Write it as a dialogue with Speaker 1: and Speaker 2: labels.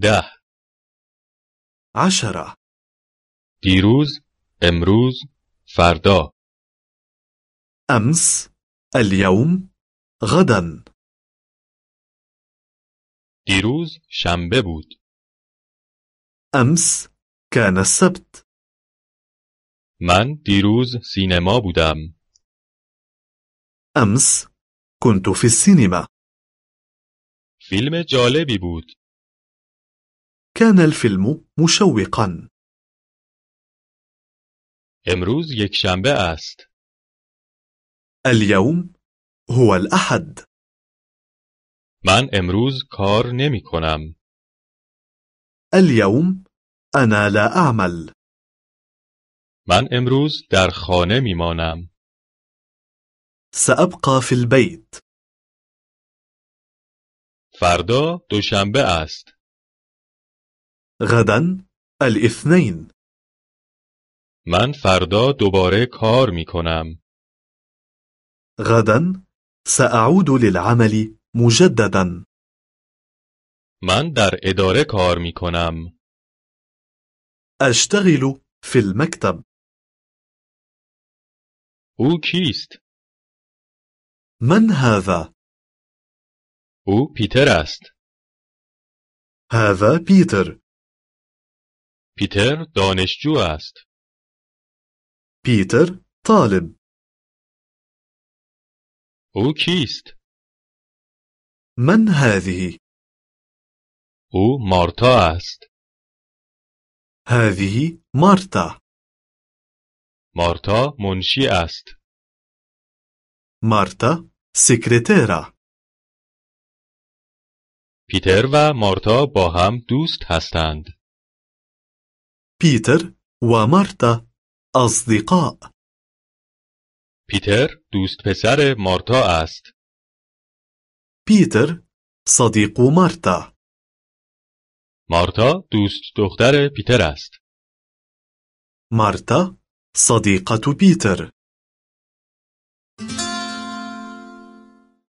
Speaker 1: ده
Speaker 2: عشرة
Speaker 1: دیروز امروز فردا
Speaker 2: أمس اليوم غدا
Speaker 1: دیروز شنبه بود
Speaker 2: أمس كان السبت
Speaker 1: من دیروز سینما بودم
Speaker 2: أمس كنت في السينما
Speaker 1: فیلم جالبی بود
Speaker 2: كان الفيلم مشوقا
Speaker 1: امروز یک شنبه است
Speaker 2: اليوم هو الأحد
Speaker 1: من امروز کار نمی کنم
Speaker 2: اليوم أنا لا أعمل
Speaker 1: من امروز در خانه می مانم
Speaker 2: سأبقى في البيت
Speaker 1: فردا دوشنبه است
Speaker 2: غدا الاثنين
Speaker 1: من فردا دوباره کار می کنم
Speaker 2: غدا سأعود للعمل مجددا
Speaker 1: من در اداره کار می کنم
Speaker 2: أشتغل في المكتب
Speaker 1: او کیست؟
Speaker 2: من هذا؟
Speaker 1: او پیتر است
Speaker 2: هذا بيتر
Speaker 1: پیتر دانشجو است
Speaker 2: بيتر طالب
Speaker 1: او کیست؟
Speaker 2: من هذه؟
Speaker 1: او مارتا است
Speaker 2: هذه مارتا
Speaker 1: مارتا منشی است
Speaker 2: مارتا سكرتيرة
Speaker 1: پیتر و مارتا با هم دوست هستند
Speaker 2: بيتر ومارتا أصدقاء
Speaker 1: پیتر دوست پسر مارتا است
Speaker 2: بيتر صديق مارتا
Speaker 1: مارتا دوست دختر پیتر است
Speaker 2: مارتا صديقة بيتر